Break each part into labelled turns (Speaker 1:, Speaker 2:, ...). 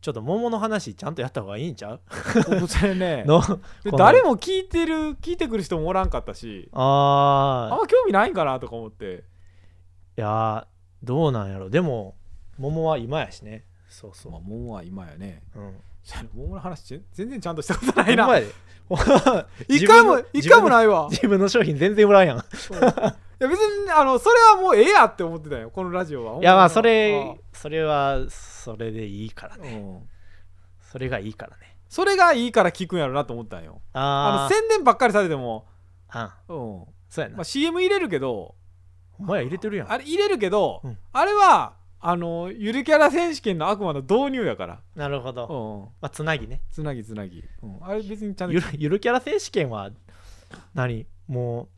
Speaker 1: ちょっと桃の話ちゃんとやった方がいいんちゃう
Speaker 2: それね
Speaker 1: の
Speaker 2: で
Speaker 1: この
Speaker 2: 誰も聞いてる聞いてくる人もおらんかったしあん
Speaker 1: ああ
Speaker 2: ま興味ないんかなとか思って
Speaker 1: いやーどうなんやろでも桃は今やしねそうそ
Speaker 2: まあ桃は今やね
Speaker 1: う、うん、
Speaker 2: 桃の話全全然ちゃんとしたことない
Speaker 1: ほんま
Speaker 2: な
Speaker 1: やで ほんま
Speaker 2: 一回も一
Speaker 1: 自分の
Speaker 2: 回もないわ
Speaker 1: 自分の商品全然売らんやん
Speaker 2: そういや別にあのそれはもうええやって思ってたよこのラジオはい
Speaker 1: やまあそれそれはそれでいいから
Speaker 2: う
Speaker 1: ね
Speaker 2: ん
Speaker 1: それがいいからね
Speaker 2: それがいいから聞くんやろなと思ったんよ
Speaker 1: あ
Speaker 2: あの宣伝ばっかりされても、
Speaker 1: ああ
Speaker 2: うん
Speaker 1: そうやな、
Speaker 2: まあ、CM 入れるけど
Speaker 1: お前は入れてるやん
Speaker 2: あれ入れるけど、
Speaker 1: うん
Speaker 2: あれはあのゆるキャラ選手権の悪魔の導入やから、
Speaker 1: なるほ
Speaker 2: う
Speaker 1: ど、
Speaker 2: ん、
Speaker 1: まあ、つなぎね
Speaker 2: つなぎつなぎ、うん、あれ別にちゃんと
Speaker 1: ゆるゆるキャラ選手権は何もう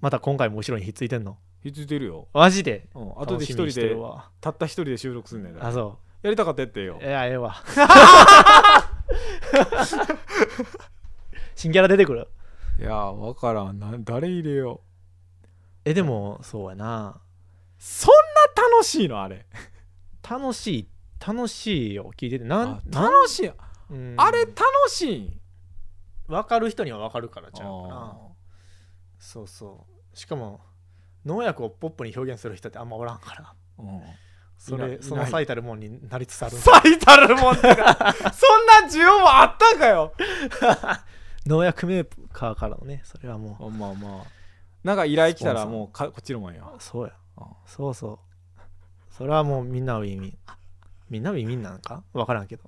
Speaker 1: また今回も後ろにひっついてんの
Speaker 2: ひっついてるよ、
Speaker 1: マジで
Speaker 2: うん、後
Speaker 1: 楽
Speaker 2: で一
Speaker 1: しみ
Speaker 2: 人
Speaker 1: にして
Speaker 2: で
Speaker 1: るわ
Speaker 2: たった一人で収録するんだから
Speaker 1: あそ
Speaker 2: やりたかったやってよ
Speaker 1: ういやええ わ新キャラ出てくる
Speaker 2: いやーわからんなん誰入れよう
Speaker 1: えでもそうやな
Speaker 2: そんな楽しいのあれ
Speaker 1: 楽しい楽しいよ聞いててなん
Speaker 2: あ
Speaker 1: なん
Speaker 2: 楽しい、
Speaker 1: うん
Speaker 2: あれ楽しいん
Speaker 1: 分かる人には分かるからちゃうか
Speaker 2: あ
Speaker 1: なそうそうしかも農薬をポップに表現する人ってあんまおらんから
Speaker 2: ーうん
Speaker 1: そ
Speaker 2: いな
Speaker 1: れ
Speaker 2: い
Speaker 1: その
Speaker 2: ない
Speaker 1: 最たるもんになりつつある
Speaker 2: 最たるもんってなそん な需要もあったんかよ
Speaker 1: 農薬メーカーからのねそれはも
Speaker 2: まあまあまあなんか依頼来た
Speaker 1: スポン
Speaker 2: ら
Speaker 1: サー
Speaker 2: もうかこっちのもんや
Speaker 1: うそうや
Speaker 2: あ
Speaker 1: そうそうそれはもうみんなウィンウィンみんなウィンウィンなんか分からんけど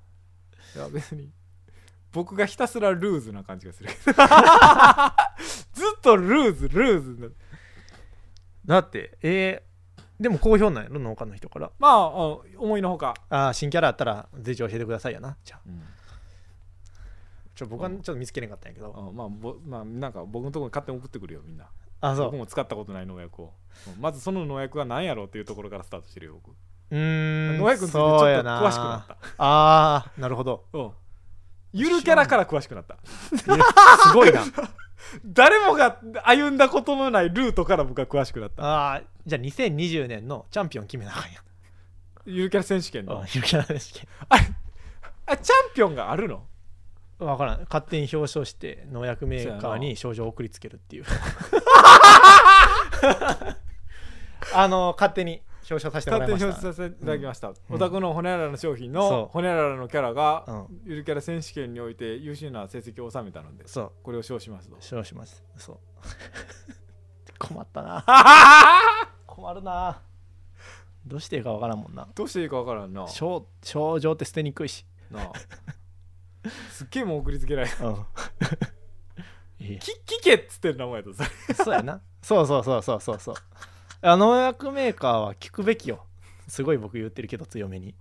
Speaker 2: いや別に僕がひたすらルーズな感じ がするずっとルーズルーズな
Speaker 1: だってえーでも好評なんやろ農家の人から
Speaker 2: まああの思いのほか、
Speaker 1: ああ新キャラあったらぜひ教えてくださいやなじゃあちょ僕はちょっと見つけれんかったんやけど
Speaker 2: あまあぼまあなんか僕のところに勝手に送ってくるよみんな
Speaker 1: あそ
Speaker 2: 僕
Speaker 1: う
Speaker 2: も使ったことない農薬をうんまずその農薬が何やろうっていうところからスタートしてるよ僕
Speaker 1: うーん
Speaker 2: 農薬についてちょっと
Speaker 1: そう
Speaker 2: 詳
Speaker 1: や
Speaker 2: しく
Speaker 1: な
Speaker 2: なった
Speaker 1: ああなるほど
Speaker 2: うんゆるキャラから詳しくなった
Speaker 1: すごいな
Speaker 2: 誰もが歩んだことのないルートから僕は詳しくなった
Speaker 1: ああじゃあ2020年のチャンピオン決めなあかんや
Speaker 2: ゆるキャラ選手権の
Speaker 1: あゆるキャラ選手権
Speaker 2: あチャンピオンがあるの
Speaker 1: 分からん勝手に表彰して農薬メーカーに症状を送りつけるっていう あの勝手に表彰させても
Speaker 2: 勝
Speaker 1: ら
Speaker 2: 手
Speaker 1: いま
Speaker 2: に
Speaker 1: した
Speaker 2: 表示させていただきました、
Speaker 1: うん
Speaker 2: お宅のホニャララの商品
Speaker 1: そ
Speaker 2: の
Speaker 1: う
Speaker 2: ホニャララのキャラ
Speaker 1: う
Speaker 2: が
Speaker 1: ん
Speaker 2: ゆるキャラ選手権において優秀な成績を収めたので
Speaker 1: そう
Speaker 2: これを称しますと
Speaker 1: 称しますそう 困ったな困るなどうしていいか分からんもんな
Speaker 2: どうしていいかわからんな
Speaker 1: 症症状って捨てにくいし、
Speaker 2: なあすっげえもう送りつけられる
Speaker 1: うん、 いや
Speaker 2: き聞けっつってる名前だそれ
Speaker 1: そうやなそうそうそうそうそうそうあ農薬メーカーは聞くべきよすごい僕言ってるけど強めに
Speaker 2: い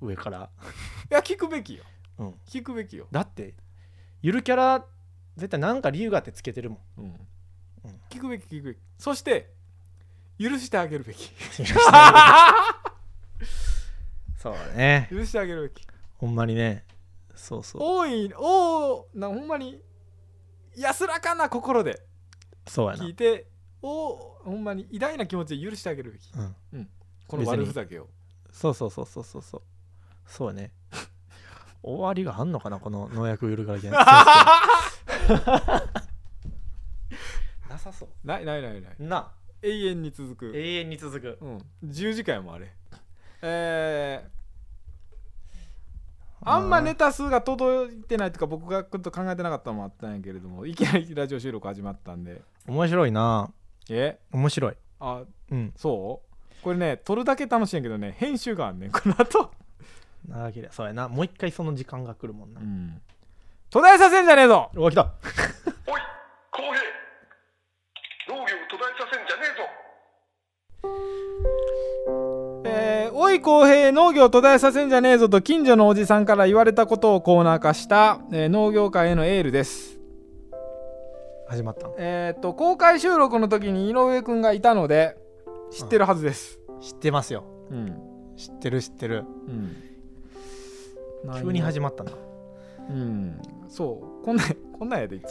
Speaker 1: 上から、
Speaker 2: や聞くべきよ
Speaker 1: うん、
Speaker 2: 聞くべきよ、
Speaker 1: だってゆるキャラ絶対なんか理由があってつけてるも んうん
Speaker 2: 聞くべき聞くべきそして許してあげる べき
Speaker 1: そうだね
Speaker 2: 許してあげるべき
Speaker 1: ほんまにねそうそう
Speaker 2: 多いおおなほんまに安らかな心で
Speaker 1: そうやな
Speaker 2: 聞いておほんまに偉大な気持ちで許してあげるべき
Speaker 1: うん、
Speaker 2: この
Speaker 1: 別に
Speaker 2: 悪ふざけを
Speaker 1: そうそうそうそうそうそうそう ね終わりがあんのかなこの農薬ゆるキャラじゃな なさそう
Speaker 2: ないないないない
Speaker 1: な
Speaker 2: 永遠に続く、
Speaker 1: 永遠に続く
Speaker 2: うん、十字架やもん あれえーあんまネタ数が届いてないというか僕がちょっと考えてなかったのもあったんやけれどもいきなりラジオ収録始まったんで
Speaker 1: 面白いな
Speaker 2: え
Speaker 1: 面白い
Speaker 2: あ
Speaker 1: うん
Speaker 2: そうこれね撮るだけ楽しいんやけどね編集があんね んこの後
Speaker 1: 長ければそうやなもう一回その時間が来るもんな、
Speaker 2: ん途絶えさせんじゃねえぞ
Speaker 1: うわ来た
Speaker 3: おい浩平農業を途絶えさせんじゃねえぞ
Speaker 2: えー、おい公平農業途絶えさせんじゃねえぞと近所のおじさんから言われたことをコーナー化した、えー農業界へのエールです
Speaker 1: 始まったん
Speaker 2: えー、っと公開収録の時に井上くんがいたので知ってるはずです
Speaker 1: 知ってますよ
Speaker 2: うん
Speaker 1: 知ってる知ってる
Speaker 2: うん
Speaker 1: 急に始まったな
Speaker 2: うんそうこんなこんなんやで一 応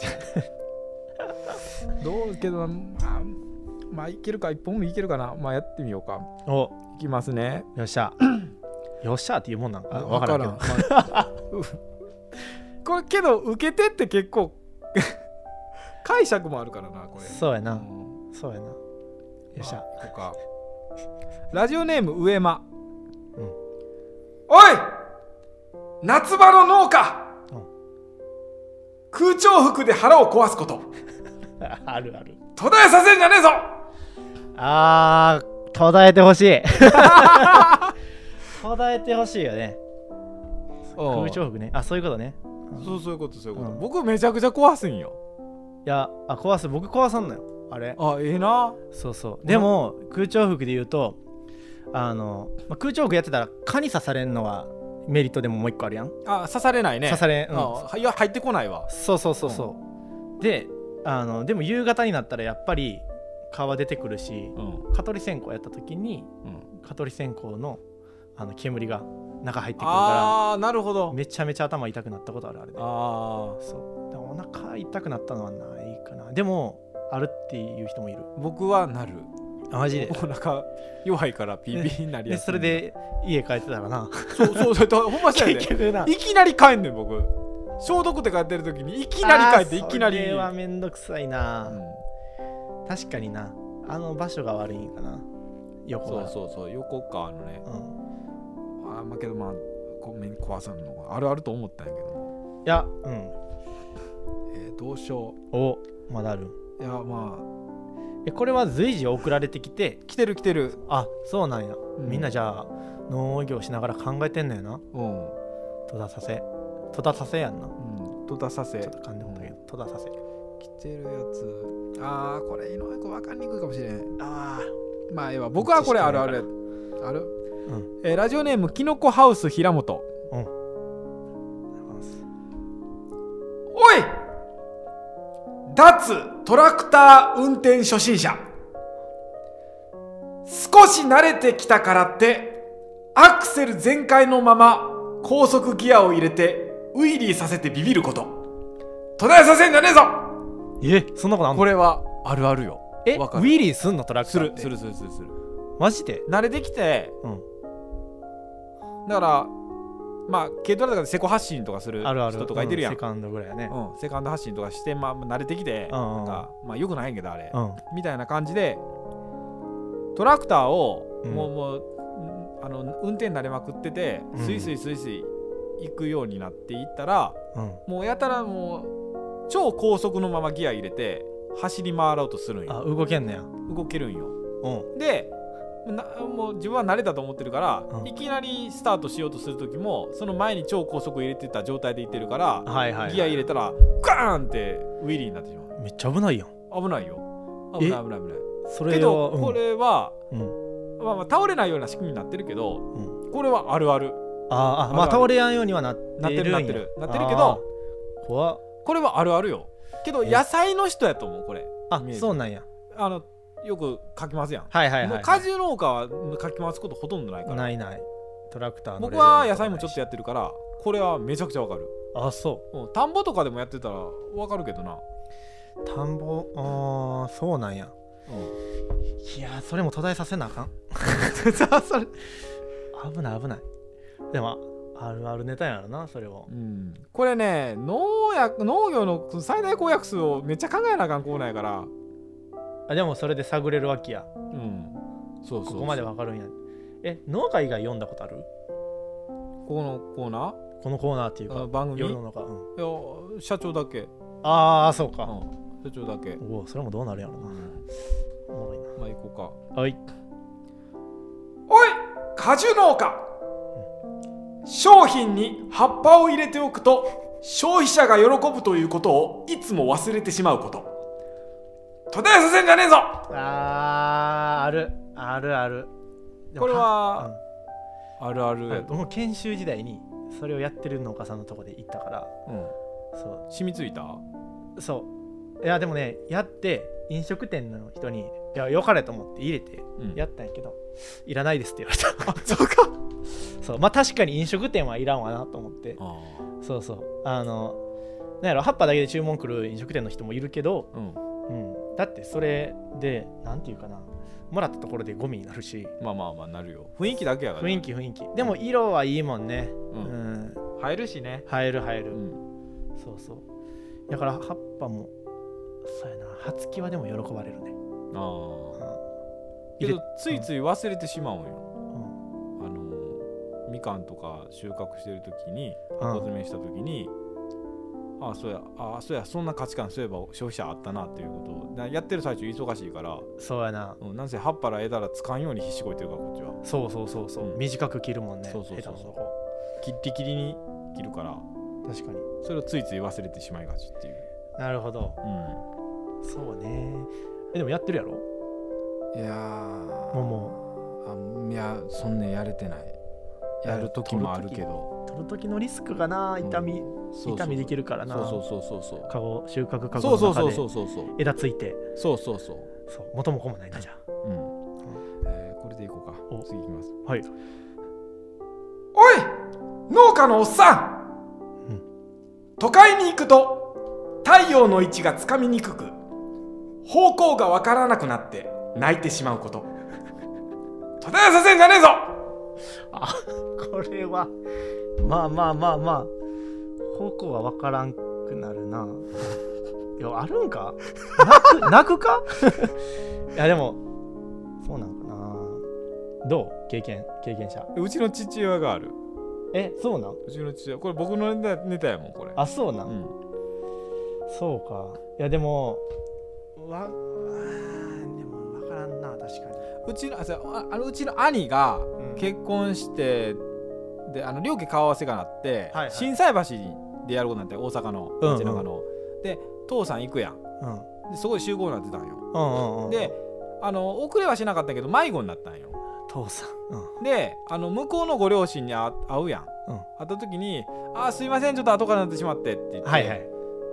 Speaker 2: どうけどまあまあいけるか一本目いけるかなまあやってみようか
Speaker 1: お
Speaker 2: いきますね
Speaker 1: よっしゃよっしゃーっていうもんなんかな
Speaker 2: わ
Speaker 1: わからんけど
Speaker 2: まあこれけど受け手って結構 解釈もあるからなこれ
Speaker 1: そうやな、
Speaker 2: うん
Speaker 1: そうやなよっしゃ
Speaker 2: まあ行こうかラジオネーム上間、
Speaker 1: うん
Speaker 2: おい夏場の農家、
Speaker 1: うん
Speaker 2: 空調服で腹を壊すこと
Speaker 1: ーあるある
Speaker 2: 途絶えさせんじゃねえぞ
Speaker 1: あー途絶えてほしい 途絶えてほしいよね空調服ねあそういうことね
Speaker 2: そうそういうことそういうこと、
Speaker 1: うん
Speaker 2: 僕めちゃくちゃ壊すんよ
Speaker 1: いやあ壊す僕壊さんのよあれ
Speaker 2: あええな
Speaker 1: そうそうでも空調服で言うとあの、まあ、空調服やってたら蚊に刺されんのはメリットでももう一個あるやん、
Speaker 2: あ刺されないね
Speaker 1: 刺されん、うん
Speaker 2: あはいや入ってこないわ
Speaker 1: そうそうそうそうであのでも夕方になったらやっぱり蚊は出てくるし
Speaker 2: うん
Speaker 1: 蚊取り線香やった時に蚊取り線香のあの煙が中入ってくるか
Speaker 2: ああなるほ
Speaker 1: ら
Speaker 2: ど
Speaker 1: めちゃめちゃ頭痛くなったことあるあれで
Speaker 2: あ
Speaker 1: そうでもお腹痛くなったのはないかなでもあるっていう人もいる
Speaker 2: あ僕はなる
Speaker 1: あマジで
Speaker 2: お腹弱いからピーピーになり
Speaker 1: で
Speaker 2: やすい
Speaker 1: それで家帰ってたらな
Speaker 2: そうそうそうほんまそうや
Speaker 1: 結
Speaker 2: で
Speaker 1: 局ない
Speaker 2: きなり帰んねん僕消毒って帰ってる時にいきなり帰っていきなり
Speaker 1: あーそれは
Speaker 2: う
Speaker 1: めんどくさいな、
Speaker 2: ん
Speaker 1: 確かになあの場所が悪いんかな横
Speaker 2: そ
Speaker 1: が
Speaker 2: うそうそう横かあのね
Speaker 1: うん
Speaker 2: あんまあけどまあごめん壊さんのがあるあると思ったんやけど、
Speaker 1: いやうん
Speaker 2: えーどうしよ
Speaker 1: おまだある
Speaker 2: ういやま
Speaker 1: えこれは随時送られてきて
Speaker 2: あ来てる来てる
Speaker 1: あそうなんや、
Speaker 2: ん
Speaker 1: みんなじゃあ農業しながら考えてんのやな
Speaker 2: うん、う
Speaker 1: 戸田させ戸田させやんなち
Speaker 2: ん、と出させ
Speaker 1: ょっと噛んでもったけど戸田させ
Speaker 2: 来てるやつあーこれ井上君分かりにくいかもしれん
Speaker 1: あ
Speaker 2: まあええわ僕はこれあるあるやある、
Speaker 1: ん
Speaker 2: えーラジオネームきのこハウス平本おい脱トラクター運転初心者少し慣れてきたからってアクセル全開のまま高速ギアを入れてウイリーさせてビビること途絶えさせんじゃねえぞ
Speaker 1: えそんなことあんの
Speaker 2: これはあるあるよ
Speaker 1: えウ
Speaker 2: わかる
Speaker 1: ィリーすんのトラック
Speaker 2: するするするするする
Speaker 1: マジで
Speaker 2: 慣れてきて
Speaker 1: うん
Speaker 2: だからまあ軽トラとかでセコ発進とかする
Speaker 1: あるある
Speaker 2: 人とかいてるやん
Speaker 1: うんセカンドぐらいやね
Speaker 2: うん、セカンド発進とかして、まあ、慣れてきて、
Speaker 1: うんうん
Speaker 2: なんかまあ、よくないけどあれ、
Speaker 1: うん
Speaker 2: みたいな感じでトラクターを、
Speaker 1: うん
Speaker 2: もうもううんあの運転慣れまくってて
Speaker 1: うん
Speaker 2: スイスイスイスイ行くようになっていったら、
Speaker 1: うん
Speaker 2: もうやたらもう超高速のままギア入れて走り回ろうとするん
Speaker 1: あ
Speaker 2: よ
Speaker 1: 動けんのやうん
Speaker 2: 動けるんよでなもう自分は慣れたと思ってるから、
Speaker 1: うん
Speaker 2: いきなりスタートしようとする時もその前に超高速入れてた状態で行ってるから、
Speaker 1: はいはい、はい、
Speaker 2: ギア入れたらガーンってウィリーになってしま
Speaker 1: めっちゃ危ないやん
Speaker 2: う危ないよ
Speaker 1: え
Speaker 2: 危ない危ない危ない
Speaker 1: それは
Speaker 2: けど
Speaker 1: うん
Speaker 2: これは、
Speaker 1: うん
Speaker 2: まあ、まあ倒れないような仕組みになってるけど
Speaker 1: うん
Speaker 2: これはあるある
Speaker 1: あーあまあ
Speaker 2: あるある
Speaker 1: 倒れやんようにはなってるんや
Speaker 2: なってるなってるなってるけど
Speaker 1: あー怖っ
Speaker 2: これはあるあるよけど
Speaker 1: え
Speaker 2: 野菜の人やと思うこれ
Speaker 1: あ
Speaker 2: イメージ
Speaker 1: そうなんや
Speaker 2: あのよくかきますやん、
Speaker 1: はいはいはい、
Speaker 2: もう果樹農家はかき回すことほとんどないから
Speaker 1: ないないトラクターの
Speaker 2: 僕は野菜もちょっとやってるからこれはめちゃくちゃわかる、
Speaker 1: とあそ
Speaker 2: うん、田んぼとかでもやってたらわかるけどな、
Speaker 1: う田んぼあーそうなんやいやーそれも途絶えさせなあか んそれ危ない危ないでもあるあるネタやろなそれを
Speaker 2: うん、これね農薬農業の最大公約数をめっちゃ考えなあかんコーナーやから
Speaker 1: あでもそれで探れるわけやこ
Speaker 2: うんそうそうそう
Speaker 1: こまでわかるんやえ農家以外読んだことある
Speaker 2: このコーナ
Speaker 1: このコーナーっていう
Speaker 2: ーあ
Speaker 1: か
Speaker 2: 番組い
Speaker 1: 世
Speaker 2: や
Speaker 1: の中、うん
Speaker 2: 社長だけ、うん、
Speaker 1: ああそうか、
Speaker 2: 社長だけ、
Speaker 1: おおそれもどうなるやろなおもろい
Speaker 2: まあ行こうか
Speaker 1: なはい
Speaker 2: おい果樹農家商品に葉っぱを入れておくと消費者が喜ぶということをいつも忘れてしまうこと途絶えさせんじゃねえぞ
Speaker 1: あーあるあるあるでも
Speaker 2: これ
Speaker 1: かうん
Speaker 2: はあるある
Speaker 1: あのもう研修時代にそれをやってる農家さんのとこで行ったからそ
Speaker 2: 染みついた
Speaker 1: うそういやでもねやって飲食店の人に「いやよかれ」と思って入れて
Speaker 2: うん
Speaker 1: やったんやけど「いらないです」って言われた
Speaker 2: そうか
Speaker 1: そうまあ確かに飲食店はいらんわなと思って
Speaker 2: あ
Speaker 1: そうそうあのなんやろ葉っぱだけで注文来る飲食店の人もいるけど、
Speaker 2: うん
Speaker 1: うん、だってそれでなんていうかなもらったところでゴミになるし
Speaker 2: まあまあまあなるよ雰囲気だけやから
Speaker 1: 雰囲気雰囲気でも色はいいもんね
Speaker 2: う
Speaker 1: うんん
Speaker 2: 入るしね
Speaker 1: 映える映え
Speaker 2: う
Speaker 1: る
Speaker 2: ん
Speaker 1: そうそうだから葉っぱもそうやな初期はでも喜ばれるね
Speaker 2: ああ
Speaker 1: うん
Speaker 2: け
Speaker 1: 入
Speaker 2: ど
Speaker 1: れ
Speaker 2: ついつい忘れてしまうんよ
Speaker 1: うん
Speaker 2: あのーみかんとか収穫してる時に
Speaker 1: うん
Speaker 2: 箱詰めした時にああそうやああそうやそんな価値観そういえば消費者あったなっていうことをだやってる最中忙しいから、
Speaker 1: そうやな
Speaker 2: うん、なんせ葉っぱら枝らつかんように必死こいてるからこっちは
Speaker 1: そうそうそうそう、
Speaker 2: うん
Speaker 1: 短く切るもんね
Speaker 2: そうそうそう
Speaker 1: 下手なと
Speaker 2: キッリキリに切るから
Speaker 1: こ確かに
Speaker 2: それをついつい忘れてしまいがちっていう、
Speaker 1: なるほどそうねえでもやってるやろ
Speaker 2: いや
Speaker 1: も
Speaker 2: もあいやそんねやれてないやる時もあるけど
Speaker 1: 取る時のリスクがな痛み、
Speaker 2: そうそう
Speaker 1: 痛みできるからな
Speaker 2: そうそうそうそう
Speaker 1: カゴ収穫カ
Speaker 2: そ
Speaker 1: ゴ
Speaker 2: う
Speaker 1: の
Speaker 2: そうそ
Speaker 1: 中
Speaker 2: うそ
Speaker 1: で
Speaker 2: うそうそう
Speaker 1: 枝ついて
Speaker 2: そうそうそう
Speaker 1: そう元も子もないなじゃ
Speaker 2: うん、えーこれでいこう
Speaker 1: お
Speaker 2: か次いきます
Speaker 1: あはい
Speaker 2: おい農家のおっさん、
Speaker 1: うん
Speaker 2: 都会に行くと太陽の位置がつかみにくく方向がわからなくなって泣いてしまうこと途絶えさせんじゃねえぞ
Speaker 1: あこれはまあまあまあまあ方向は分からんくなるないやあるんか泣く泣くか いやでもそうなんかなどう経験経験者
Speaker 2: うちの父親がある
Speaker 1: えそうなん
Speaker 2: うちの父親これ僕のネタネタやもんこれ
Speaker 1: あそうなん、
Speaker 2: うん
Speaker 1: そうかいやでもわあーでも分からんな確かに
Speaker 2: うちのあそうああのうちの兄が
Speaker 1: うん
Speaker 2: 結婚して、であの両家顔合わせがなって、
Speaker 1: はいはい
Speaker 2: 心斎橋でやることになって大阪
Speaker 1: う
Speaker 2: の
Speaker 1: んうん
Speaker 2: 町中の、で父さん行くやん
Speaker 1: うん
Speaker 2: でそこで集合になってたんよ
Speaker 1: うんうんうん
Speaker 2: であの遅れはしなかったけど迷子になったんよ
Speaker 1: 父さんうん
Speaker 2: であの向こうのご両親にあ会うやん、
Speaker 1: うん
Speaker 2: 会った時に「あーすいませんちょっと後からなってしまって」って言って、
Speaker 1: はいはい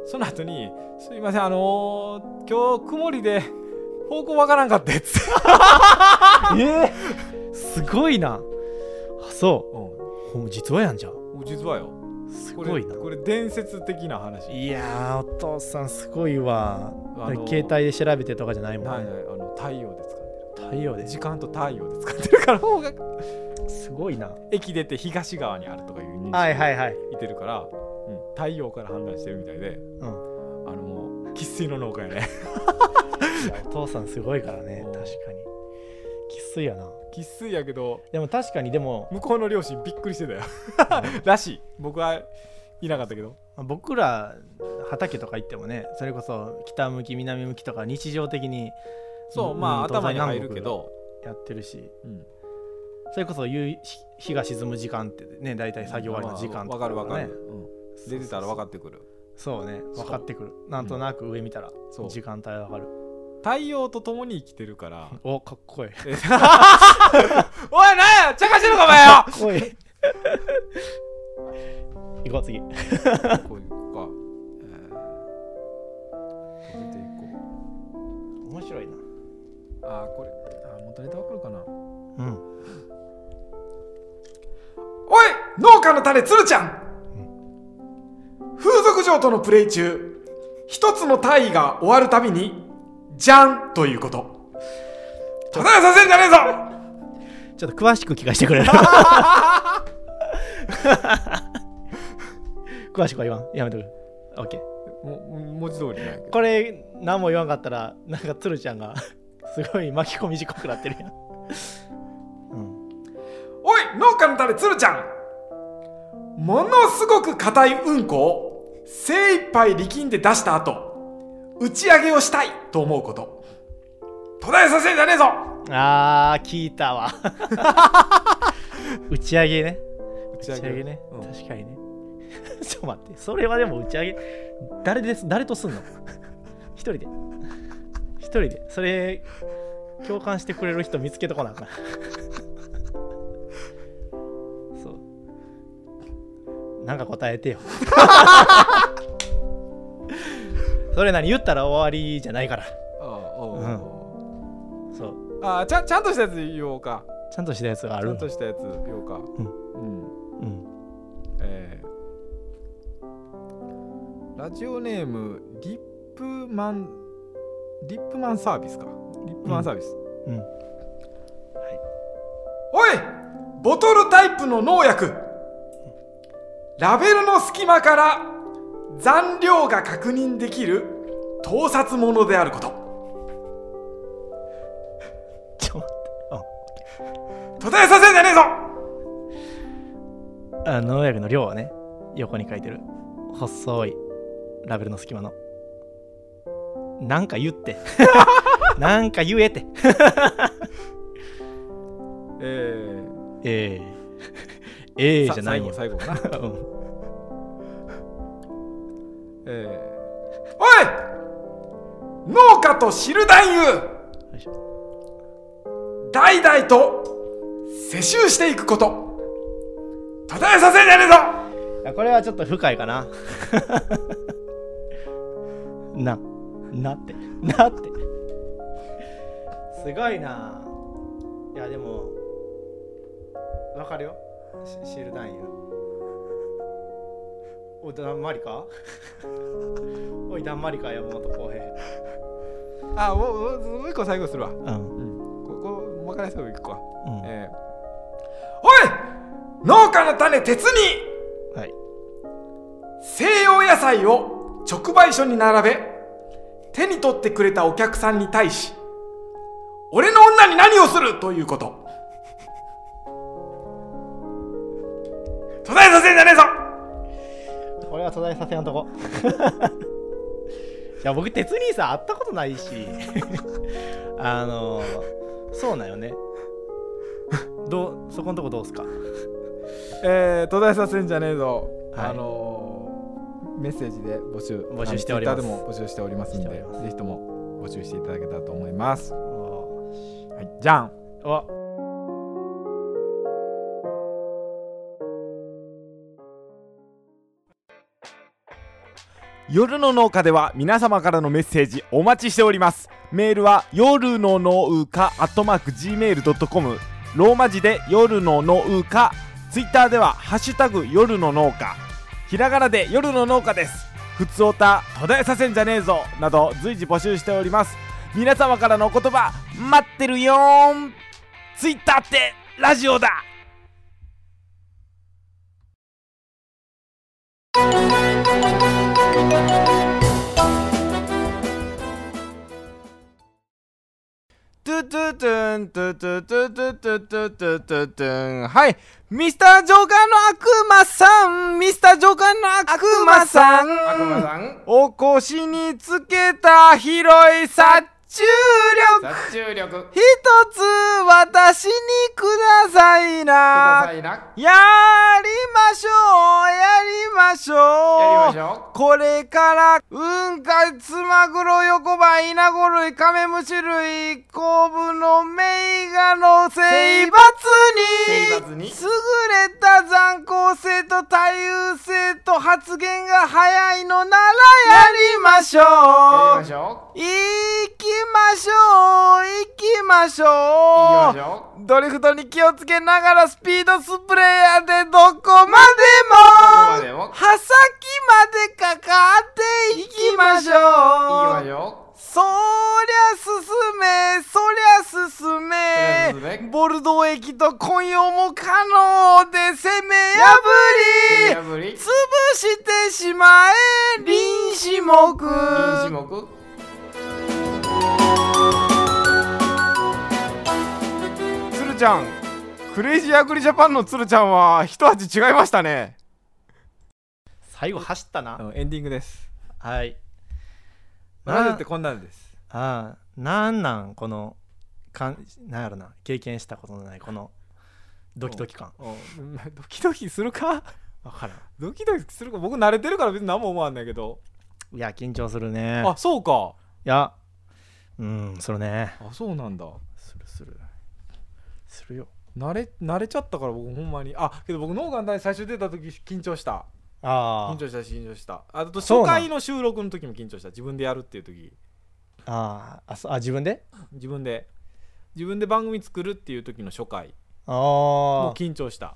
Speaker 2: その後に「すいませんあのー今日曇りで方向わからんかった」っ つって、
Speaker 1: えー、 すごいなあそううほん実はやんじゃあ
Speaker 2: ん、実はよ
Speaker 1: す
Speaker 2: こ
Speaker 1: ご
Speaker 2: れ
Speaker 1: いな
Speaker 2: これ伝説的な話
Speaker 1: いやーお父さんすごいわ
Speaker 2: あのー
Speaker 1: 携帯で調べてとかじゃないも
Speaker 2: ない
Speaker 1: ん
Speaker 2: な
Speaker 1: ね
Speaker 2: いあの太陽で使って
Speaker 1: 太陽で
Speaker 2: る時間と太陽で使ってるから方が
Speaker 1: すごいな
Speaker 2: 駅出て東側にあるとかいう認
Speaker 1: はい
Speaker 2: 識
Speaker 1: はいはい
Speaker 2: いてるから、うん、太陽から判断してるみたいで
Speaker 1: うん
Speaker 2: あのもう生粋の農家やね
Speaker 1: いやお父さんすごいからね
Speaker 2: うん
Speaker 1: 確かにきついやな
Speaker 2: 生粋やけど
Speaker 1: でも確かにでも
Speaker 2: 向こうの両親びっくりしてたよ らしい僕はいなかったけど
Speaker 1: 僕ら畑とか行ってもねそれこそ北向き南向きとか日常的に
Speaker 2: そううんまあ
Speaker 1: うん
Speaker 2: 頭に入るけど、
Speaker 1: やってるし
Speaker 2: うん、
Speaker 1: それこそ夕日日が沈む時間ってね大体作業終わりの時間
Speaker 2: わ
Speaker 1: と
Speaker 2: か
Speaker 1: か
Speaker 2: る
Speaker 1: ね
Speaker 2: わかる、うん、出てたら分か
Speaker 1: る
Speaker 2: ってくる
Speaker 1: そうね分かってくるなんとなく上見たら
Speaker 2: そう
Speaker 1: 時間帯わかる
Speaker 2: 太陽と共に生きてるから
Speaker 1: おかっこいい
Speaker 2: えおいなんや茶化してるかお前よ
Speaker 1: おい 行こう次
Speaker 2: こういう子か。えー、止めていこ
Speaker 1: 面白いな
Speaker 2: う。あー、これ、あー、元ネタわかるかな。
Speaker 1: うん
Speaker 2: おい、農家の種、つるちゃん。風俗嬢とのプレイ中、一つの単位が終わるたびに、じゃんということ。途絶えさせんじゃねえぞ
Speaker 1: ちょっと詳しく聞かせてくれ る詳しくは言わんやめとく OK
Speaker 2: も文字通りない
Speaker 1: これ何も言わんかったらなんか鶴ちゃんが すごい巻き込み事故くなってるやん、うん、
Speaker 2: おい、農家の種、つるちゃん。ものすごく硬いうんこを精一杯力んで出した後、打ち上げをしたいと思うこと。途絶えさせんじゃねえぞ
Speaker 1: あー聞いた わ打ち上げね
Speaker 2: 打
Speaker 1: 打ち上げね、
Speaker 2: うん
Speaker 1: 確かにね ちょっと待ってそれはでも打ち上げ誰です誰とすんの一人で一人でそれ共感してくれる人見つけとこなあかんそうなんか答えてよそれ何言ったら終わりじゃないから
Speaker 2: あ
Speaker 1: うん
Speaker 2: あ
Speaker 1: そう
Speaker 2: ああちゃんちゃんとしたやつ言おうか
Speaker 1: ちゃんとしたやつがあ
Speaker 2: ちゃ
Speaker 1: る
Speaker 2: んとしたやつ言おうかうん、
Speaker 1: うん
Speaker 2: えーラジオネームリップマンリップマンサービスかリップマンサービス、
Speaker 1: うん
Speaker 2: おいボトルタイプの農薬ラベルの隙間から残量が確認できる盗撮物であること
Speaker 1: ちょっと待
Speaker 2: 途絶えさせんじゃねえぞ
Speaker 1: ってああ農薬の量はね横に書いてる細いラベルの隙間のなんか言って なんか言えて
Speaker 2: え
Speaker 1: ええええ
Speaker 2: ー
Speaker 1: じゃないよ
Speaker 2: 最後最後かな
Speaker 1: うん
Speaker 2: えーおい農家と知る男優
Speaker 1: よいしょ
Speaker 2: 代々と世襲していくこと途絶えさせんじゃねえぞ
Speaker 1: いやこれはちょっと不快かな ななってなってすごいないやでもわかるよシシールダインおいだんまりか おいだんまりか山本浩平
Speaker 2: あもうもうもう一個最後するわこ
Speaker 1: うん
Speaker 2: こ分からない最後一個は、
Speaker 1: うん
Speaker 2: えーおい農家の種鉄に
Speaker 1: はい
Speaker 2: 西洋野菜を直売所に並べ手に取ってくれたお客さんに対し俺の女に何をするということ途絶えさせんじゃねえぞ
Speaker 1: これは途絶えさせやんとこ いや僕鉄にさ会ったことないし あのそうなんよねどうそこんとこどうすか
Speaker 2: えー、途絶えさせんじゃねえぞ、
Speaker 1: はい
Speaker 2: あのーメッセージで募集
Speaker 1: 募集しております
Speaker 2: あの Twitter でも募集しておりますの
Speaker 1: して
Speaker 2: で
Speaker 1: おります
Speaker 2: ぜひとも募集していただけたらと思います、は
Speaker 1: お
Speaker 2: い、じゃん
Speaker 1: お
Speaker 2: 夜の農家では皆様からのメッセージお待ちしておりますメールは夜の農家アットマーク Gmail.com ローマ字で夜の農家ツイッターではハッシュタグ夜の農家ひらがなで夜の農家ですふつおた途絶えさせんじゃねえぞなど随時募集しております皆様からのお言葉待ってるよーんツイッターってラジオだトゥトゥトゥントゥトゥトゥトゥトゥトゥトゥトゥトゥンはいミスタージョーカーの悪魔さんミスタージョーカーの悪魔さん
Speaker 4: さん
Speaker 2: お腰につけた広い殺虫力
Speaker 4: 殺虫力く
Speaker 2: 一つ私にください
Speaker 4: だ
Speaker 2: な
Speaker 4: さいなや
Speaker 2: やりましょうやりましょう
Speaker 4: りましょ
Speaker 2: これから雲海つまぐろ横ばいなご類カメムシ類後部の名画の性
Speaker 4: う
Speaker 2: 罰
Speaker 4: 罰
Speaker 2: に優
Speaker 4: に
Speaker 2: れた残酷性と耐優性と発言が早いのならやりましょう
Speaker 4: やりましょ
Speaker 2: 行きましょう行きまし
Speaker 4: う
Speaker 2: ょ
Speaker 4: 行
Speaker 2: う
Speaker 4: きましょ
Speaker 2: ドリフトに気をつけながらスピードスプレーヤーでどこま
Speaker 4: うどこま
Speaker 2: で
Speaker 4: で
Speaker 2: も
Speaker 4: も
Speaker 2: 刃先までかかっていきましょう
Speaker 4: 行きましょ
Speaker 2: そりゃ進めそりゃ進め
Speaker 4: そりゃ進め
Speaker 2: ボルドー駅と混用も可能で攻め破り
Speaker 4: う破り
Speaker 2: 潰してしまえ林子木
Speaker 4: 臨時目
Speaker 2: 鶴ちゃんクレイジーアグリジャパンの鶴ちゃんは一味違いましたね
Speaker 1: 最後走ったな
Speaker 2: エンディングです
Speaker 1: はい
Speaker 2: ラジオってこんなんです
Speaker 1: ああなんなんこのかんなんやろな経験したことのないこのドキドキ感
Speaker 2: うんドキドキするか
Speaker 1: わからん
Speaker 2: ドキドキするか僕慣れてるから別に何も思わんだけど
Speaker 1: いや緊張するね
Speaker 2: あそうか
Speaker 1: いやうんするね
Speaker 2: あそうなんだ
Speaker 1: するするするよ
Speaker 2: 慣れ慣れちゃったから僕ほんまにあけど僕脳が大最初出た時緊張した
Speaker 1: あ
Speaker 2: 緊
Speaker 1: ー
Speaker 2: 張したし緊張したあと
Speaker 1: そう
Speaker 2: 初
Speaker 1: なん
Speaker 2: 回の収録の時も緊張した自分でやるっていう時
Speaker 1: あーあそあ自分で
Speaker 2: 自分で自分で番組作るっていう時の初回も
Speaker 1: あ
Speaker 2: う
Speaker 1: あ
Speaker 2: 緊張した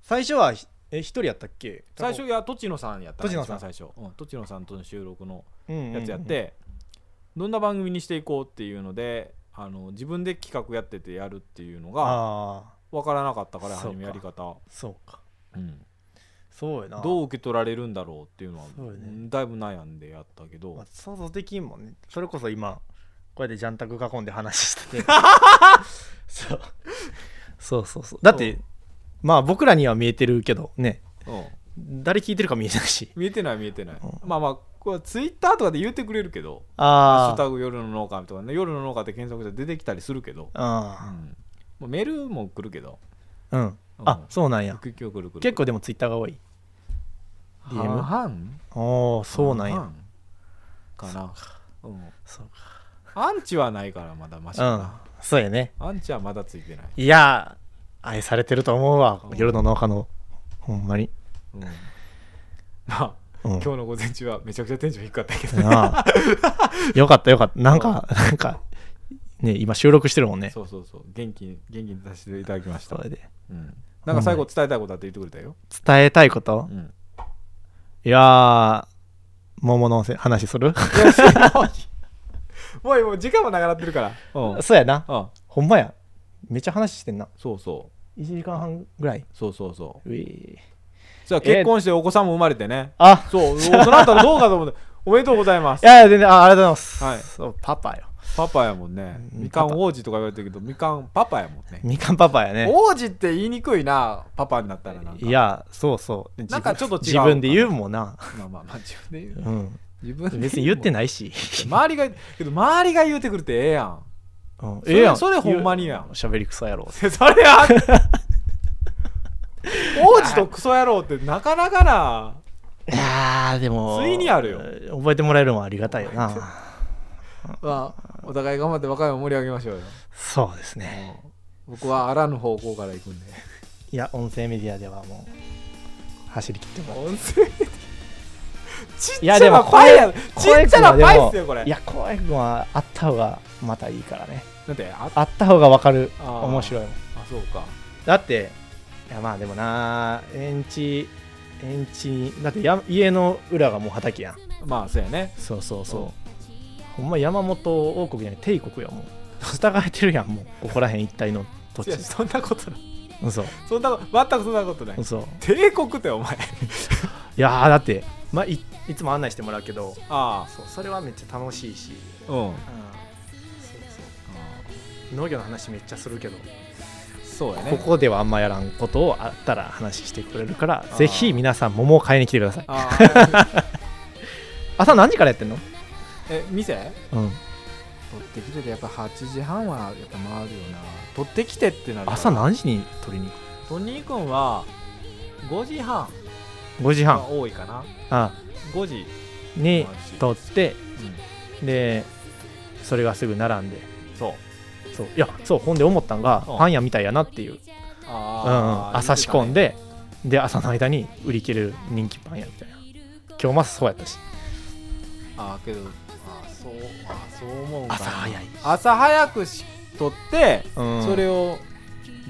Speaker 1: 最初はひえ一人やったっけ
Speaker 2: 最初いや栃野さんやったな
Speaker 1: 栃野さん
Speaker 2: 一番最初、うん、栃野さんとの収録の
Speaker 1: うんうんうん
Speaker 2: やつやって、どんな番組にしていこうっていうのであの自分で企画やっててやるっていうのが
Speaker 1: ああ
Speaker 2: 分からなかったから
Speaker 1: そうか
Speaker 2: 初めやり方、
Speaker 1: そうか
Speaker 2: うん、
Speaker 1: そうやな
Speaker 2: どう受け取られるんだろうっていうのは
Speaker 1: そうよね
Speaker 2: だいぶ悩んでやったけど、
Speaker 1: まあ想像できんもんねそれこそ今こうやってジャンタク囲んで話 しててそうそうそうそうだってまあ僕らには見えてるけどね
Speaker 2: うん、
Speaker 1: 誰聞いてるか見えないし
Speaker 2: 見えてない見えてない、
Speaker 1: う
Speaker 2: まあまあこれツイッターとかで言ってくれるけど「ハ
Speaker 1: あ
Speaker 2: ッシュ
Speaker 1: ー
Speaker 2: タグ夜の農家」とかね夜の農家って検索して出てきたりするけど、う
Speaker 1: あ
Speaker 2: ん、もうメールも来るけど
Speaker 1: ーうんあそうなんや
Speaker 2: 結局来る来る
Speaker 1: 結構でもツイッターが多い DM
Speaker 2: 半
Speaker 1: おお
Speaker 2: 々
Speaker 1: そうなんや
Speaker 2: 半々かなうん
Speaker 1: そうか
Speaker 2: アンチはないからまだマシ
Speaker 1: うん
Speaker 2: か
Speaker 1: そうやね
Speaker 2: な、アンチはまだついてない、
Speaker 1: いやー愛されてると思うわ
Speaker 2: うん
Speaker 1: 夜の農家のほんまに
Speaker 2: うん、まあ
Speaker 1: うん
Speaker 2: 今日の午前中はめちゃくちゃテンション低かったけど、
Speaker 1: なあよかったよかったなんかなんかね今収録してるもんね
Speaker 2: そうそうそう元気に元気に出していただきました
Speaker 1: そ、れで
Speaker 2: うん、なんか最後伝えたいことあって言ってくれたよ、
Speaker 1: 伝えたいこと
Speaker 2: うん、
Speaker 1: いやー桃のせ話する
Speaker 2: いやすごいもうもう時間もなくなってるからうんう ん
Speaker 1: そうやなほんまやめっちゃ話してんな
Speaker 2: そうそう
Speaker 1: 1時間半ぐらい
Speaker 2: そうそうそう
Speaker 1: うい
Speaker 2: じゃあ結婚してお子さんも生まれてね、
Speaker 1: あ
Speaker 2: そう大人だったらどうかと思っておめでとうございます
Speaker 1: いやいや全然あありがとうございます、
Speaker 2: はい
Speaker 1: そうパパよ
Speaker 2: パパやもんね
Speaker 1: うん
Speaker 2: みかん王子とか言われてるけどみかんパパやもんね
Speaker 1: みかんパパやね
Speaker 2: 王子って言いにくいなパパになったらなんか
Speaker 1: いやそうそう
Speaker 2: なんかちょっと違う
Speaker 1: 自分で言うもんな、
Speaker 2: まあまあまあ自分で言う
Speaker 1: うん、
Speaker 2: 自分で
Speaker 1: 別に言って
Speaker 2: な
Speaker 1: な
Speaker 2: い
Speaker 1: いし、
Speaker 2: 周りがけど周りが言うてくるってええやん
Speaker 1: うん、
Speaker 2: れそれほんまにやん
Speaker 1: 喋りくそやろ
Speaker 2: それは王子とクソ野郎ってなかなかない
Speaker 1: やーでも
Speaker 2: ついにあるよ
Speaker 1: 覚えてもらえるのはありがたいよな
Speaker 2: まあ、お互い頑張って若いを盛り上げましょうよ。
Speaker 1: そうですね
Speaker 2: 僕はあらぬ方向から行くんで。
Speaker 1: いや音声メディアではもう走り切ってもらう
Speaker 2: 音声ちっ
Speaker 1: い
Speaker 2: ちゃ
Speaker 1: やで
Speaker 2: な
Speaker 1: も
Speaker 2: パイやち
Speaker 1: 声
Speaker 2: っちゃなパイっすよ、これ。
Speaker 1: いや怖いのはあった方がまたいいからね
Speaker 2: だって、あ
Speaker 1: あった方がわかる
Speaker 2: あー
Speaker 1: 面白いもん
Speaker 2: あ、そうか。
Speaker 1: だっていやまあでもな園地園地だってや家の裏がもう畑やん
Speaker 2: まあ、そうやね。
Speaker 1: そうそうそうほんま山本王国じゃない帝国よもう従えてるやんもうここら辺一帯の土
Speaker 2: い
Speaker 1: 地
Speaker 2: や、そんなことない。
Speaker 1: 嘘
Speaker 2: そんなこと、全くそんなことない。
Speaker 1: 嘘
Speaker 2: 帝国って、お前。
Speaker 1: いやーだって、まあ、いいつも案内してもらうけど
Speaker 2: あ
Speaker 1: そうそれはめっちゃ楽しいし、
Speaker 2: あ、うん。
Speaker 1: うん、そうそう農業の話めっちゃするけど、
Speaker 2: そうやね。
Speaker 1: ここではあんまやらんことをあったら話してくれるからぜひ皆さん桃を買いに来てください
Speaker 2: ああ、
Speaker 1: 朝何時からやってんの、
Speaker 2: え、店
Speaker 1: うん、
Speaker 2: 取ってきてて、やっぱ8時半は、やっぱ回るよな。取ってきてってなる。
Speaker 1: 朝何時に取りに行
Speaker 2: トニー君は、5時半
Speaker 1: く5時
Speaker 2: が
Speaker 1: 半
Speaker 2: 多いかな。
Speaker 1: あ
Speaker 2: 5時。
Speaker 1: に
Speaker 2: まあし
Speaker 1: 取って
Speaker 2: うん
Speaker 1: でそれがすぐ並んで
Speaker 2: そう。
Speaker 1: そういやそうほんで思ったんが
Speaker 2: うん
Speaker 1: パン屋みたいやなっていう、うんうん、
Speaker 2: あー
Speaker 1: 朝仕込ん。で、で朝の間に売り切れる人気パン屋みたいな今日も朝そうやったし
Speaker 2: あーけど、あーそう、あーそう思うんかな
Speaker 1: 朝早い。
Speaker 2: 朝早くし取って、
Speaker 1: うん
Speaker 2: それを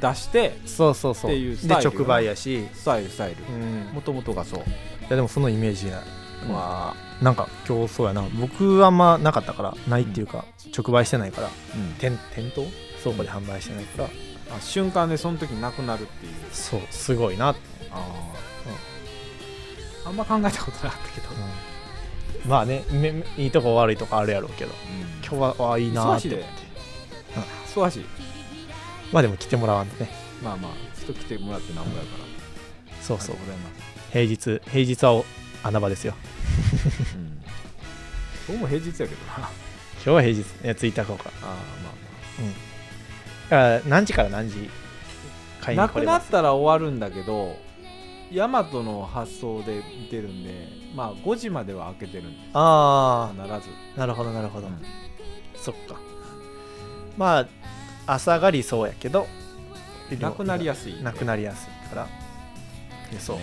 Speaker 2: 出して、
Speaker 1: そうそうそう
Speaker 2: っていうス
Speaker 1: で
Speaker 2: タイルよ
Speaker 1: 直売やし、
Speaker 2: スタイル、スタイル。
Speaker 1: い
Speaker 2: もともとがそう。
Speaker 1: やでもそのイメージや
Speaker 2: うん
Speaker 1: まあなんか今日そうやな僕あんまなかったからないっていうか、直売してないから
Speaker 2: うん
Speaker 1: 店店頭倉庫で販売してないから、
Speaker 2: あ瞬間でその時なくなるっていう。
Speaker 1: そうすごいな、
Speaker 2: あーあんま考えたことなかったけど。
Speaker 1: まあねめめいいとこ悪いとこあるやろうけど
Speaker 2: 今
Speaker 1: 今日はあいいなー
Speaker 2: 忙
Speaker 1: っ
Speaker 2: しい
Speaker 1: て
Speaker 2: で。忙しい。
Speaker 1: まあでも来てもらわんとね
Speaker 2: まあまあ、人来てもらってなんぼやから。
Speaker 1: そうそう
Speaker 2: ありがとございます。
Speaker 1: 平日平日はお穴場ですよ
Speaker 2: うん僕も平日やけどな。あ
Speaker 1: 今日は平日えツイッター効果
Speaker 2: あ、まあ まあ。
Speaker 1: だから何時から何時買いに
Speaker 2: な
Speaker 1: 来
Speaker 2: く
Speaker 1: れ
Speaker 2: な
Speaker 1: ま
Speaker 2: っ
Speaker 1: す
Speaker 2: たら終わるんだけどヤマトの発送で出るんでまあ5時までは開けてるんで
Speaker 1: あ
Speaker 2: 必ず
Speaker 1: あなるほどなるほど、
Speaker 2: うん
Speaker 1: そっかまあ朝が理想やけど
Speaker 2: なくなりやすい
Speaker 1: なく
Speaker 2: り
Speaker 1: なりやすいからでそうそう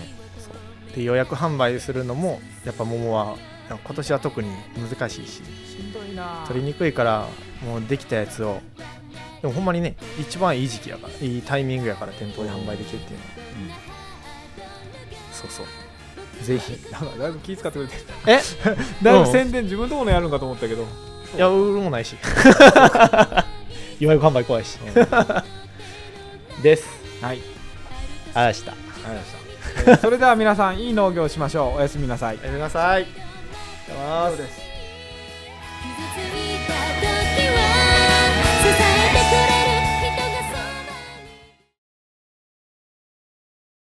Speaker 1: で予約販売するのもやっぱ桃はなんか今年は特に難しいし
Speaker 2: しんどいな
Speaker 1: 取りにくいからもうできたやつをでもほんまにね一番いい時期やからいいタイミングやから店頭で販売できるっていうのはそうそうぜひ
Speaker 2: うんなんかだいぶ気使ってくれてる
Speaker 1: え
Speaker 2: だいぶ宣伝自分のところのやるんかと思ったけど
Speaker 1: いや売るもないし 予約販売怖いし。です。
Speaker 2: はい
Speaker 1: あらした。
Speaker 2: ありがとうございました、えーそれでは皆さんいい農業をしましょうおやすみなさい
Speaker 1: やめなさい。やめます。
Speaker 5: 傷ついた